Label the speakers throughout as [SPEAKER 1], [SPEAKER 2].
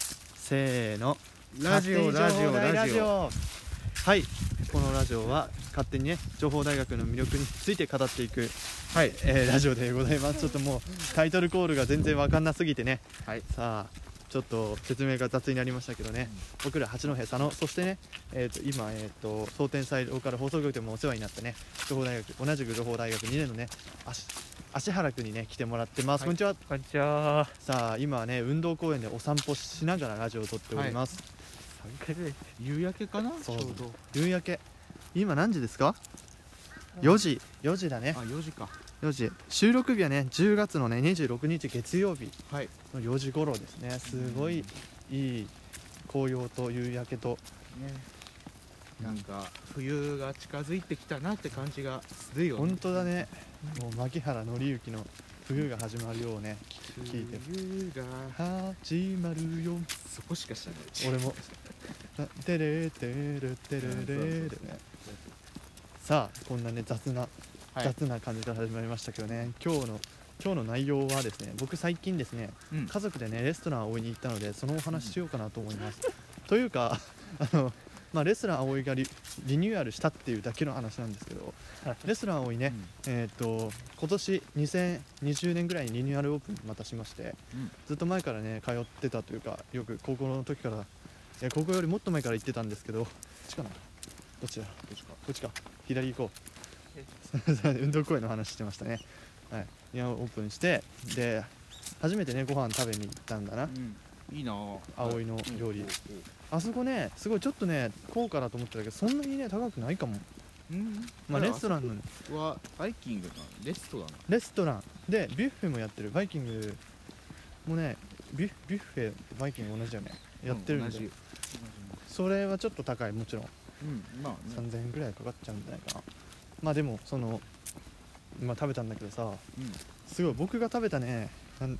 [SPEAKER 1] せーのラ
[SPEAKER 2] ラ
[SPEAKER 1] ジ
[SPEAKER 2] ジ
[SPEAKER 1] オ
[SPEAKER 2] オ
[SPEAKER 1] ラ
[SPEAKER 2] ラ
[SPEAKER 1] ジ
[SPEAKER 2] ジ
[SPEAKER 1] オ
[SPEAKER 2] オ
[SPEAKER 1] ラジオ
[SPEAKER 2] ラジオ
[SPEAKER 1] はいこのラジオは勝手にね情報大学の魅力について語っていく、
[SPEAKER 2] はい
[SPEAKER 1] えーラジオでございますちょっともうタイトルコールが全然わかんなすぎてね
[SPEAKER 2] はい
[SPEAKER 1] さあちょっと説明が雑になりましたけどね、僕ら八戸佐野そしてね、えー、と今、えー、と総天祭ローカル放送局でもお世話になったね情報大学同じく情報大学2年のね足足原くんにね来てもらってます、
[SPEAKER 2] はい
[SPEAKER 1] こんにちは
[SPEAKER 2] こんにちは
[SPEAKER 1] さあ今はね運動公園でお散歩しながらラジオを撮っております、
[SPEAKER 2] 夕焼けかなち
[SPEAKER 1] そ
[SPEAKER 2] ょ
[SPEAKER 1] う
[SPEAKER 2] うど
[SPEAKER 1] 夕焼け今何時ですか
[SPEAKER 2] うん
[SPEAKER 1] 4時4時だね
[SPEAKER 2] あ4時か
[SPEAKER 1] 4時収録日はね10月のね26日月曜日
[SPEAKER 2] はい
[SPEAKER 1] の4時頃ですねすごいいい紅葉と夕焼けと
[SPEAKER 2] ねなんか冬が近づいてきたなって感じがするよね
[SPEAKER 1] 本当だねもう牧原紀之の冬が始まるようね聞いて
[SPEAKER 2] 冬が
[SPEAKER 1] 始まるよ
[SPEAKER 2] そこしか知らない
[SPEAKER 1] 俺 もなてれてれてれれれさあこんなね雑な
[SPEAKER 2] はい
[SPEAKER 1] 雑な感じから始まりましたけどね、今日の今日の内容はですね僕最近ですね
[SPEAKER 2] うん
[SPEAKER 1] 家族でねレストラン葵に行ったのでそのお話ししようかなと思います、 というかあの、まあ、レストラン葵がリリニューアルしたっていうだけの話なんですけどレストラン葵ね、えーっと今年2020年ぐらいにリニューアルオープンまたしまして
[SPEAKER 2] うん
[SPEAKER 1] ずっと前からね通ってたというかよく高校の時からいや高校よりもっと前から行ってたんですけどこっちかなどっちだ
[SPEAKER 2] どっちか
[SPEAKER 1] こっちか左行こう 運動公園の話してましたねはいいやオープンしてで初めてねご飯食べに行ったんだな
[SPEAKER 2] うんいいなぁ
[SPEAKER 1] 葵の料理
[SPEAKER 2] うん
[SPEAKER 1] あそこねすごいちょっとね高価だと思ってたけどそんなにね高くないかも
[SPEAKER 2] うん
[SPEAKER 1] まあレストランの
[SPEAKER 2] ンはバイキングなレストラン
[SPEAKER 1] レストランでビュッフェもやってるバイキングもねビュビュッフェとバイキング同じだよねやってる
[SPEAKER 2] うんん
[SPEAKER 1] で、
[SPEAKER 2] 同じ
[SPEAKER 1] それはちょっと高いもちろん
[SPEAKER 2] うんまあね
[SPEAKER 1] 3000円ぐらいかかっちゃうんじゃないかなまあでもそのまあ食べたんだけどさ
[SPEAKER 2] うん
[SPEAKER 1] すごい僕が食べたねなん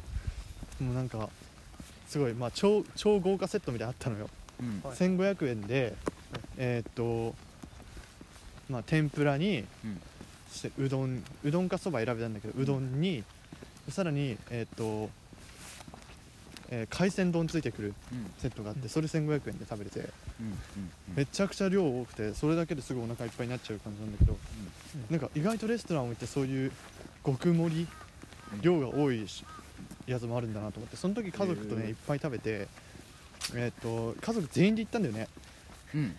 [SPEAKER 1] もうなんかすごいまあ超超豪華セットみたいなのあったのよ、
[SPEAKER 2] うん
[SPEAKER 3] はい
[SPEAKER 1] 1500円で、えーっとまあ天ぷらに
[SPEAKER 2] うん
[SPEAKER 1] そしてうどんうどんかそば選べたんだけどうどんにさらにえーっと、えー海鮮丼ついてくる
[SPEAKER 2] うん
[SPEAKER 1] セットがあってそれ1500円で食べれて
[SPEAKER 2] うんうん
[SPEAKER 1] めちゃくちゃ量多くてそれだけですぐお腹いっぱいになっちゃう感じなんだけどなんか意外とレストランを行ってそういう極盛り
[SPEAKER 2] うん
[SPEAKER 1] 量が多いしやつもあるんだなと思ってその時家族と
[SPEAKER 2] へ
[SPEAKER 1] ね
[SPEAKER 2] え
[SPEAKER 1] いっぱい食べてえーっと家族全員で行ったんだよね
[SPEAKER 2] うん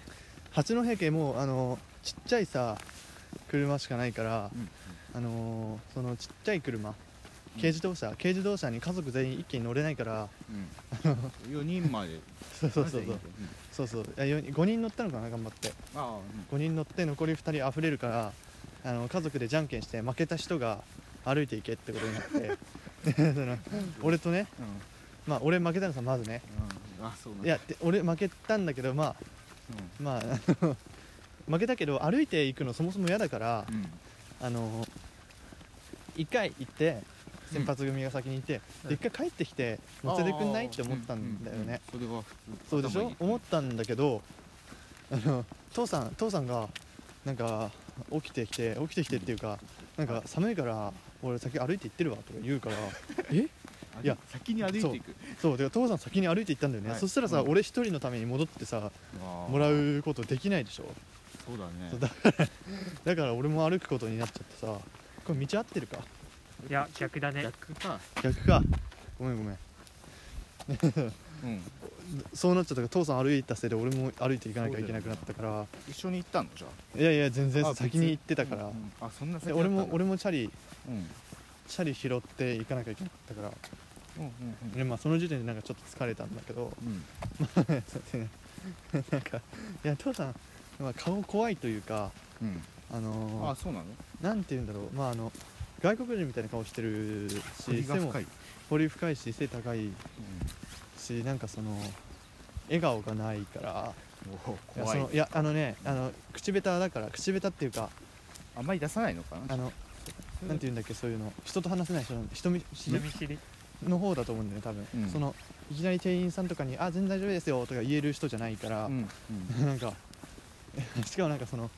[SPEAKER 1] 八戸家もうあのちっちゃいさ車しかないから
[SPEAKER 2] うん
[SPEAKER 1] あのーそのちっちゃい車軽自動車、軽自動車に家族全員一気に乗れないから
[SPEAKER 2] うん4人まで
[SPEAKER 1] そうそうそ
[SPEAKER 2] まず
[SPEAKER 1] う
[SPEAKER 2] いい
[SPEAKER 1] そ
[SPEAKER 2] ね
[SPEAKER 1] うそうそう5人乗ったのかな頑張って
[SPEAKER 2] うんああ
[SPEAKER 1] 5人乗って残り2人溢れるからあの家族でじゃんけんして負けた人が歩いていけってことになって でその俺とね
[SPEAKER 2] うんうん
[SPEAKER 1] まあ俺負けたのさまずね
[SPEAKER 2] うんあそうなん
[SPEAKER 1] い
[SPEAKER 2] だ
[SPEAKER 1] やで俺負けたんだけどまあまああの負けたけど歩いていくのそもそも嫌だから
[SPEAKER 2] うんうん
[SPEAKER 1] あの1回行って先発組が先にいて、
[SPEAKER 2] うん
[SPEAKER 1] で1回帰ってきて乗せてくんないって思ったんだよね、
[SPEAKER 2] うんうんうんそれは普通
[SPEAKER 1] そうでしょ思ったたんだけどあの父さん父さんがなんか起きてきて起きてきてっていうかなんか寒いから俺先歩いて行ってるわとか言 うからえいや
[SPEAKER 2] 先に歩いていく
[SPEAKER 1] そうで父さん先に歩いて行ったんだよね、
[SPEAKER 2] はい
[SPEAKER 1] そしたらさ、
[SPEAKER 2] うん
[SPEAKER 1] 俺一人のために戻ってさも
[SPEAKER 2] も
[SPEAKER 1] らうことできないでしょ
[SPEAKER 2] そうだね
[SPEAKER 1] そうだだから俺も歩くことになっちゃってさこれ道合ってるか
[SPEAKER 3] いや逆だね
[SPEAKER 2] 逆か
[SPEAKER 1] 逆かごめんごめん
[SPEAKER 2] うん
[SPEAKER 1] そうなっちゃったから父さん歩いたせいで俺も歩いていかなきゃいけなくなったから、
[SPEAKER 2] 一緒に行ったのじゃ
[SPEAKER 1] いやいや全
[SPEAKER 2] あ
[SPEAKER 1] 然
[SPEAKER 2] 別
[SPEAKER 1] 先に行ってたから、
[SPEAKER 2] あうんあそんな
[SPEAKER 1] で俺も俺
[SPEAKER 2] も
[SPEAKER 1] もチャリ
[SPEAKER 2] うんうん
[SPEAKER 1] チャリ拾って行かなきゃいけなかったから
[SPEAKER 2] うん
[SPEAKER 1] で、まあ、その時点でなんかちょっと疲れたんだけど
[SPEAKER 2] うん
[SPEAKER 1] なんかいや父さん、まあ、顔怖いというか
[SPEAKER 2] うん
[SPEAKER 1] あ
[SPEAKER 2] う
[SPEAKER 1] の
[SPEAKER 2] んあ
[SPEAKER 1] ー
[SPEAKER 2] そうなの
[SPEAKER 1] なんて言うんだろうまああの外国人みたいな顔してるし
[SPEAKER 2] 鳥が
[SPEAKER 1] 背も
[SPEAKER 2] 深い
[SPEAKER 1] 彫り深いし背高いしなんかその笑顔がないから
[SPEAKER 2] うんおお
[SPEAKER 1] いや
[SPEAKER 2] 怖
[SPEAKER 1] そ
[SPEAKER 2] い
[SPEAKER 1] のいやあのねあの口下手だから口下手っていうか
[SPEAKER 2] あんまり出さないのかな
[SPEAKER 1] あのなんて言うんだっけそういうの人と話せない人なんで人見知
[SPEAKER 3] 人
[SPEAKER 1] り
[SPEAKER 3] 見知り
[SPEAKER 1] の方だと思うんだよね多分、
[SPEAKER 2] うん
[SPEAKER 1] そのいきなり店員さんとかに「あ全然大丈夫ですよ」とか言える人じゃないから、
[SPEAKER 2] うんうん
[SPEAKER 1] なんか しかもなんかその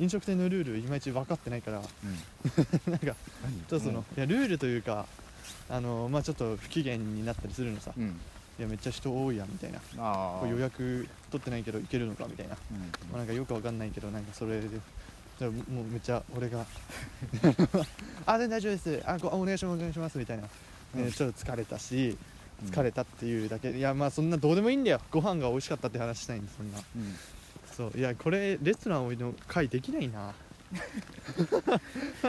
[SPEAKER 1] 飲食店のルールいまいち分かってないからち
[SPEAKER 2] うん
[SPEAKER 1] なんか
[SPEAKER 2] 何
[SPEAKER 1] ょっとその、いやルールというかあのまあちょっと不機嫌になったりするのさ、
[SPEAKER 2] うん
[SPEAKER 1] いやめっちゃ人多いやみたいな
[SPEAKER 4] あ
[SPEAKER 1] こ
[SPEAKER 4] あ
[SPEAKER 1] れ予約取ってないけど行けるのかみたいな、
[SPEAKER 4] うん
[SPEAKER 1] まあ、なんかよくわかんないけどなんかそれで。だからもうめっちゃ俺 が あ全然大丈夫ですあこあお願いしますお願いしますみたいな、えーちょっと疲れたし
[SPEAKER 4] うん
[SPEAKER 1] 疲れたっていうだけいやまあそんなどうでもいいんだよご飯が美味しかったって話したいんでそんな
[SPEAKER 4] うん
[SPEAKER 1] そういやこれレストラン多いの会できない な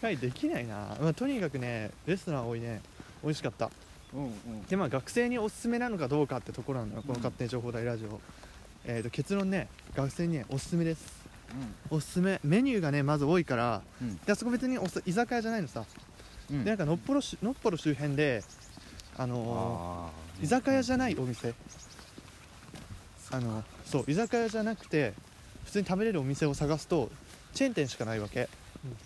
[SPEAKER 1] 会できないな、まあ、とにかくねレストラン多いね美味しかった
[SPEAKER 4] うんうん
[SPEAKER 1] でまあ学生におすすめなのかどうかってところなのよこの勝手に情報大ラジオ、えー、と結論ね学生にねおすすめですおすすめメニューがねまず多いから
[SPEAKER 4] うん
[SPEAKER 1] であそこ別におす居酒屋じゃないのさ、
[SPEAKER 4] うんうん
[SPEAKER 1] でなんかのっぽろしのっぽろ周辺であの
[SPEAKER 4] あ
[SPEAKER 1] ー居酒屋じゃないお店あのそう居酒屋じゃなくて普通に食べれるお店を探すとチェーン店しかないわけ、
[SPEAKER 3] うん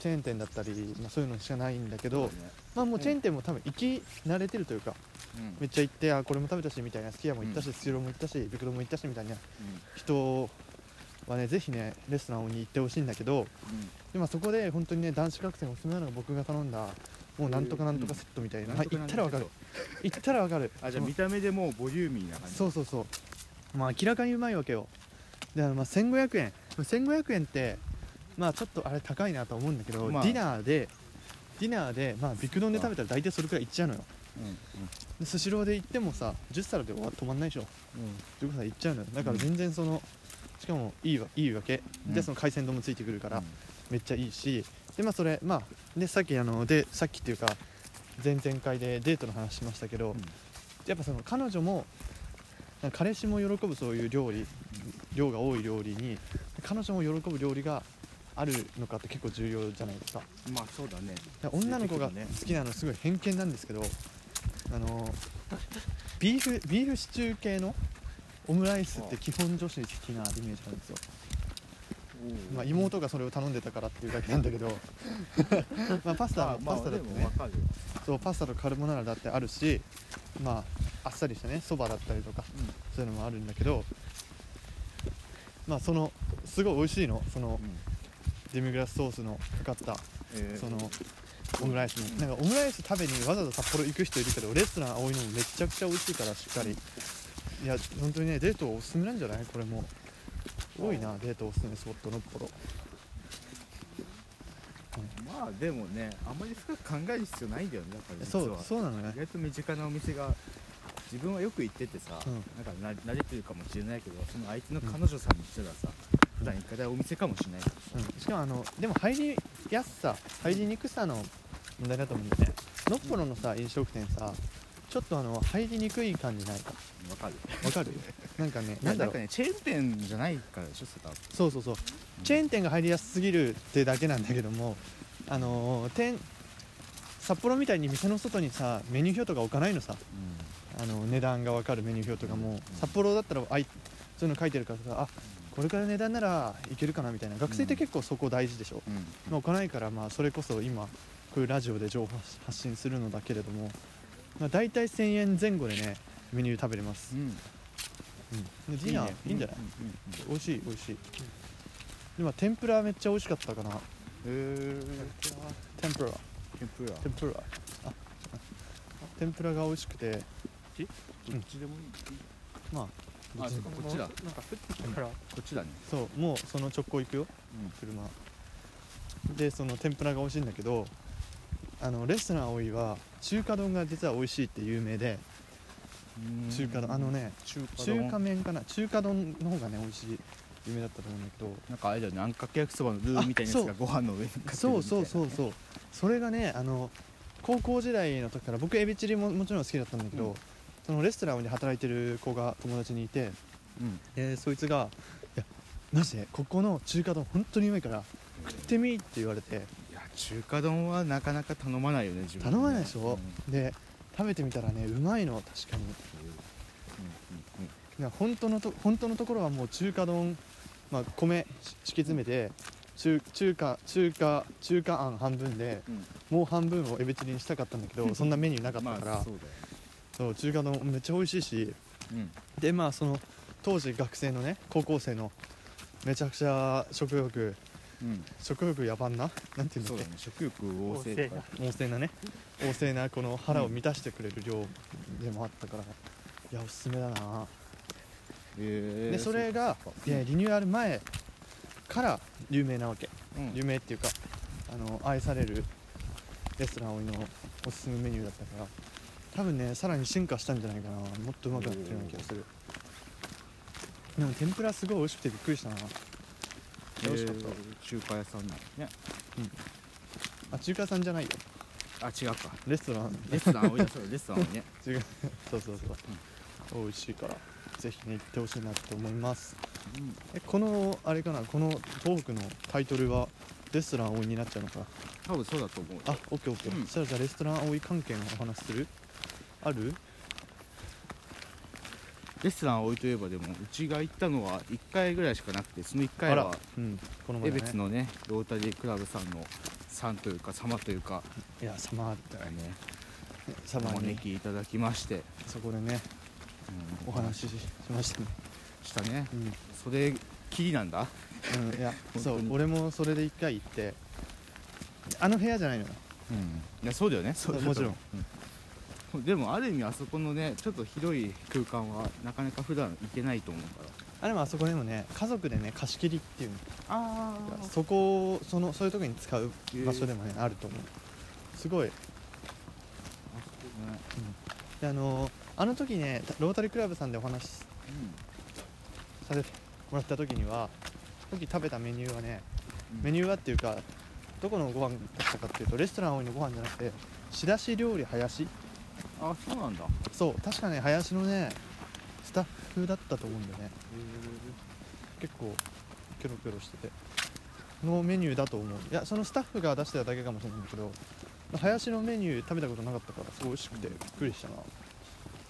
[SPEAKER 1] チェーン店だったり、まあ、そういうのしかないんだけど、
[SPEAKER 4] そうだね
[SPEAKER 1] まあもうチェーン店も多分行き慣れてるというか、
[SPEAKER 4] うん
[SPEAKER 1] めっちゃ行ってあこれも食べたしみたいなすき家も行ったしスシローも行ったしビクロも行ったしみたいな人はねぜひねレストランに行ってほしいんだけどで、まあ、そこで本当にね男子学生のおすすめなのが僕が頼んだもうなんとかなんとかセットみたいな、
[SPEAKER 4] うん
[SPEAKER 1] まあ行ったらわかる行ったらわかる
[SPEAKER 4] あじゃあ見た目でもうボリューミーな感じ
[SPEAKER 1] そうそうそうまあ明らかにうまいわけよであのまあ1500円1500円ってまあちょっとあれ高いなと思うんだけど、
[SPEAKER 4] まあ
[SPEAKER 1] ディナーでディナーでまあビクドンで食べたら大体それくらいいっちゃうのよ
[SPEAKER 4] うんうん
[SPEAKER 1] でスシローで行ってもさ10皿で終わ止まんないでしょ
[SPEAKER 4] うん
[SPEAKER 1] 15歳行っちゃうのよだから全然その、しかもいいわいいわけ、
[SPEAKER 4] うん
[SPEAKER 1] でその海鮮丼もついてくるから、
[SPEAKER 4] うん
[SPEAKER 1] めっちゃいいしでまあそれまあでさっきあのでさっきっていうか前々回でデートの話しましたけど、
[SPEAKER 4] うん
[SPEAKER 1] やっぱその彼女もなんか彼氏も喜ぶそういう料理量が多い料理に彼女も喜ぶ料理があるのかって結構重要じゃないですか
[SPEAKER 4] まあそうだね
[SPEAKER 1] だから女の子が
[SPEAKER 4] 性的にね
[SPEAKER 1] 好きなのすごい偏見なんですけどあのビーフビーフシチュー系のオムライスって基本女子好きなイメージなんですよ、まあ、妹がそれを頼んでたからっていうだけなんだけ どまあパスタも
[SPEAKER 4] あ
[SPEAKER 1] パ
[SPEAKER 4] まあ
[SPEAKER 1] スタだ
[SPEAKER 4] で
[SPEAKER 1] って
[SPEAKER 4] も
[SPEAKER 1] ね
[SPEAKER 4] わかるよ
[SPEAKER 1] そうパスタとカルボナーラだってあるしまああっさりしたねそばだったりとか、
[SPEAKER 4] うん
[SPEAKER 1] そういうのもあるんだけどまあそのすごい美味しいのその
[SPEAKER 4] うん
[SPEAKER 1] デミグラスソースのかかった
[SPEAKER 4] えー
[SPEAKER 1] そのオムライス
[SPEAKER 4] うん
[SPEAKER 1] ねなんかオムライス食べにわざわざ札幌行く人いるけどレストラン青いのもめちゃくちゃ美味しいからしっかりいや本当にねデートおすすめなんじゃないこれも多いなデートおすすめスポットのっぽろ
[SPEAKER 4] まあでもねあんまり深く考える必要ないんだよねだから実
[SPEAKER 1] そう
[SPEAKER 4] は
[SPEAKER 1] そうなのね
[SPEAKER 4] 意外と身近なお店が自分はよく行っててさ、
[SPEAKER 1] うん
[SPEAKER 4] なんかな慣れてるかもしれないけどその相手の彼女さんにしたらさ、普段行かないお店かもしれないからさ、
[SPEAKER 1] うん、しかもあのでも入りやすさ入りにくさの問題だと思うんだよねのっぽろのさ飲食店さちょっとあの入りにくい感じないか
[SPEAKER 4] わかる
[SPEAKER 1] わかる なんかねな
[SPEAKER 4] な
[SPEAKER 1] んんだ
[SPEAKER 4] なん
[SPEAKER 1] ろ
[SPEAKER 4] か
[SPEAKER 1] う
[SPEAKER 4] ねチェーン店じゃないからでしょそれ多分
[SPEAKER 1] そうそうそうチェーン店が入りやすすぎるってだけなんだけどもあのー店札幌みたいに店の外にさメニュー表とか置かないのさあの値段が分かるメニュー表とかも札幌だったらあいそういうの書いてるからさあこれから値段ならいけるかなみたいな学生って結構そこ大事でしょ、
[SPEAKER 4] うん、
[SPEAKER 1] まあ、置かないからまあそれこそ今こういうラジオで情報発発信するのだけれども、まあ、大体1000円前後でねメニュー食べれます
[SPEAKER 4] う、ん
[SPEAKER 1] うん、でディナーいいんじゃない、
[SPEAKER 4] うんうん
[SPEAKER 1] 美味しい美味しい、でも天ぷらめっちゃ美味しかったかな
[SPEAKER 4] へ
[SPEAKER 1] 天ぷら
[SPEAKER 4] え天ぷら
[SPEAKER 1] 天ぷらあ天ぷらが美味しくて
[SPEAKER 4] どっちでもいい、
[SPEAKER 1] まあ
[SPEAKER 4] あそっかこっちだ
[SPEAKER 3] なんか降ってきたから、
[SPEAKER 4] こっちだね
[SPEAKER 1] そうもうその直行行くよ車でその天ぷらが美味しいんだけどあのレストラン葵は中華丼が実は美味しいって有名で
[SPEAKER 4] うん
[SPEAKER 1] 中華丼あのね
[SPEAKER 4] 中華
[SPEAKER 1] 中
[SPEAKER 4] 丼
[SPEAKER 1] 華麺かな中華丼の方がね美味しい有名だったと思うんだけど
[SPEAKER 4] なんかあれだよねあんかけ焼きそばのルーみたいなやつが
[SPEAKER 1] あ
[SPEAKER 4] ご飯の上にかけてるみたいなね
[SPEAKER 1] そうそうそうそうそれがねあの高校時代の時から僕エビチリももちろん好きだったんだけど、
[SPEAKER 4] うん
[SPEAKER 1] そのレストランで働いてる子が友達にいて、
[SPEAKER 4] うん
[SPEAKER 1] えーそいつが「いやマジでここの中華丼本当にうまいから食ってみ」って言われて
[SPEAKER 4] いや中華丼はなかなか頼まないよね自分ね
[SPEAKER 1] 頼まないでしょ
[SPEAKER 4] うん
[SPEAKER 1] で食べてみたらねうまいの確かに
[SPEAKER 4] うんうん
[SPEAKER 1] いや本当のと本当のところはもう中華丼、まあ、米し敷き詰めて中中華中華中華あん半分で
[SPEAKER 4] うん
[SPEAKER 1] もう半分をエビチリにしたかったんだけ どそんなメニューなかった
[SPEAKER 4] ま
[SPEAKER 1] から、
[SPEAKER 4] あそうだよ
[SPEAKER 1] そう中華丼めっちゃ美味しいし
[SPEAKER 4] ね
[SPEAKER 1] でまあその当時学生のね高校生のめちゃくちゃ食欲
[SPEAKER 4] うん、
[SPEAKER 1] 食欲野蛮ななんていうんだ
[SPEAKER 4] そ
[SPEAKER 1] っ
[SPEAKER 4] うだ
[SPEAKER 1] け
[SPEAKER 4] ね食欲旺盛とか
[SPEAKER 1] 旺盛なね旺盛なこの腹を満たしてくれる量でもあったから、いやおすすめだな
[SPEAKER 4] へ
[SPEAKER 1] でそれが
[SPEAKER 4] そう
[SPEAKER 1] い
[SPEAKER 4] か
[SPEAKER 1] やリニューアル前から有名なわけ
[SPEAKER 4] うん
[SPEAKER 1] 有名っていうかあの愛されるレストラン葵のおすすめメニューだったから多分ねさらに進化したんじゃないかなもっとうまくなってるような気がするでも天ぷらすごい美味しくてびっくりしたな
[SPEAKER 4] へー
[SPEAKER 1] 美味しかった
[SPEAKER 4] 中華屋さんなのね
[SPEAKER 1] あ中華屋さんじゃないよ
[SPEAKER 4] あ違うか
[SPEAKER 1] レストラン
[SPEAKER 4] レストラン多いなそうだレストラン多いね
[SPEAKER 1] 違うそうそうそう、美味しいからぜひね行ってほしいなと思います
[SPEAKER 4] うん
[SPEAKER 1] えこのあれかなこの東北のタイトルはレストラン葵になっちゃうのかな
[SPEAKER 4] 多分そうだと思う
[SPEAKER 1] あオッケーオッケー、
[SPEAKER 4] うん
[SPEAKER 1] そしたらじゃあレストラン葵関係のお話するある
[SPEAKER 4] レストラン多いといえばでもうちが行ったのは1回ぐらいしかなくてその1
[SPEAKER 1] あ
[SPEAKER 4] 回
[SPEAKER 1] ら
[SPEAKER 4] は、
[SPEAKER 1] うん、この前
[SPEAKER 4] 江
[SPEAKER 1] ね
[SPEAKER 4] 別のねロータリークラブさんのさんというか様というか
[SPEAKER 1] いやサマーだよね
[SPEAKER 4] ね
[SPEAKER 1] サ
[SPEAKER 4] お
[SPEAKER 1] マー
[SPEAKER 4] 招
[SPEAKER 1] に
[SPEAKER 4] きいただきまして、
[SPEAKER 1] そこでね
[SPEAKER 4] うん
[SPEAKER 1] お話ししましたね
[SPEAKER 4] したね
[SPEAKER 1] うん、
[SPEAKER 4] それきりなんだ
[SPEAKER 1] う ん、いや
[SPEAKER 4] 本
[SPEAKER 1] そ
[SPEAKER 4] 当
[SPEAKER 1] う
[SPEAKER 4] に
[SPEAKER 1] 俺もそれで一回行ってあの部屋じゃないのよ
[SPEAKER 4] うんいやそうだよねそうだと思
[SPEAKER 1] も
[SPEAKER 4] う
[SPEAKER 1] ちろん、
[SPEAKER 4] うんでもある意味あそこのねちょっと広い空間はなかなか普段行けないと思うから
[SPEAKER 1] あれもあそこでもね家族でね貸し切りっていうの
[SPEAKER 4] あ
[SPEAKER 1] そこをそのそういう時に使う場所で
[SPEAKER 4] も
[SPEAKER 1] もねあると思うすごいであのーあの時ねロータリークラブさんでお話しさせてもらった時にはその時食べたメニューはねメ
[SPEAKER 4] ュー
[SPEAKER 1] ニューはっていうかどこのご飯だったかっていうとレストラン多いのご飯じゃなくて仕出し料理林
[SPEAKER 4] あそうなんだ
[SPEAKER 1] そう確かね林のねスタッフだったと思うんだよね結構キョロキョロしててのメニューだと思ういやそのスタッフが出してただけかもしれないんだけど林のメニュー食べたことなかったからすごい美味しくてびっくりしたな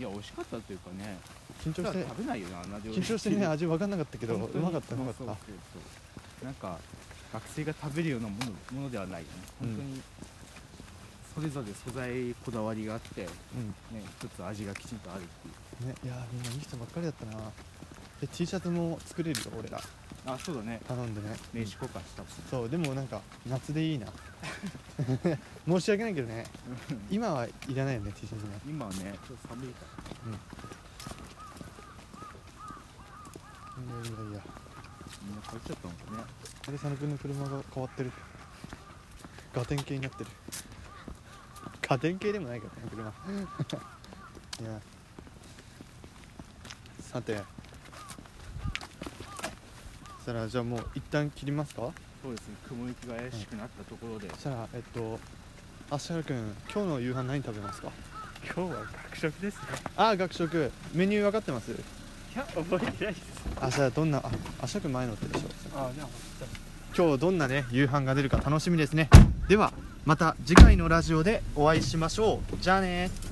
[SPEAKER 1] い
[SPEAKER 4] や美味しかったというかね
[SPEAKER 1] 緊張
[SPEAKER 4] 普
[SPEAKER 1] し
[SPEAKER 4] 段
[SPEAKER 1] て
[SPEAKER 4] 食べないよなあんな料理
[SPEAKER 1] 緊張してね味分かんなかったけどう
[SPEAKER 4] 本当に
[SPEAKER 1] まかったうまかった
[SPEAKER 4] そうそうそうなんか学生が食べるようなものものではないよね
[SPEAKER 1] うん
[SPEAKER 4] 本当にそれぞれ素材こだわりがあって、ね、
[SPEAKER 1] うん
[SPEAKER 4] 一つ味がきちんとあるっていう
[SPEAKER 1] ねいやーみんないい人ばっかりだったなで T シャツも作れるよ俺ら
[SPEAKER 4] あそうだね
[SPEAKER 1] 頼んでね
[SPEAKER 4] 名刺交換したもんね
[SPEAKER 1] そうでもなんか夏でいいな 申し訳ないけどね今はいらないよね T シャツね
[SPEAKER 4] 今はねちょっと寒いか
[SPEAKER 1] いやいやいや
[SPEAKER 4] らみんな買っちゃったもんね
[SPEAKER 1] で佐野君の車が変わってるガテン系になってるガテン系でもないけどね車 いやさてそしたらじゃあもう一旦切りますか
[SPEAKER 4] そうですね雲行きが怪しくなったところで、
[SPEAKER 1] そしたらえっとあしゃる君今日の夕飯何食べますか
[SPEAKER 3] 今日は学食ですね
[SPEAKER 1] ああ学食メニュー分かってます
[SPEAKER 3] いや覚えてないです
[SPEAKER 1] あじゃあどんなああしゃく前乗ってるでしょ
[SPEAKER 3] あでも
[SPEAKER 1] 今日どんなね夕飯が出るか楽しみですねではまた次回のラジオでお会いしましょうじゃあねー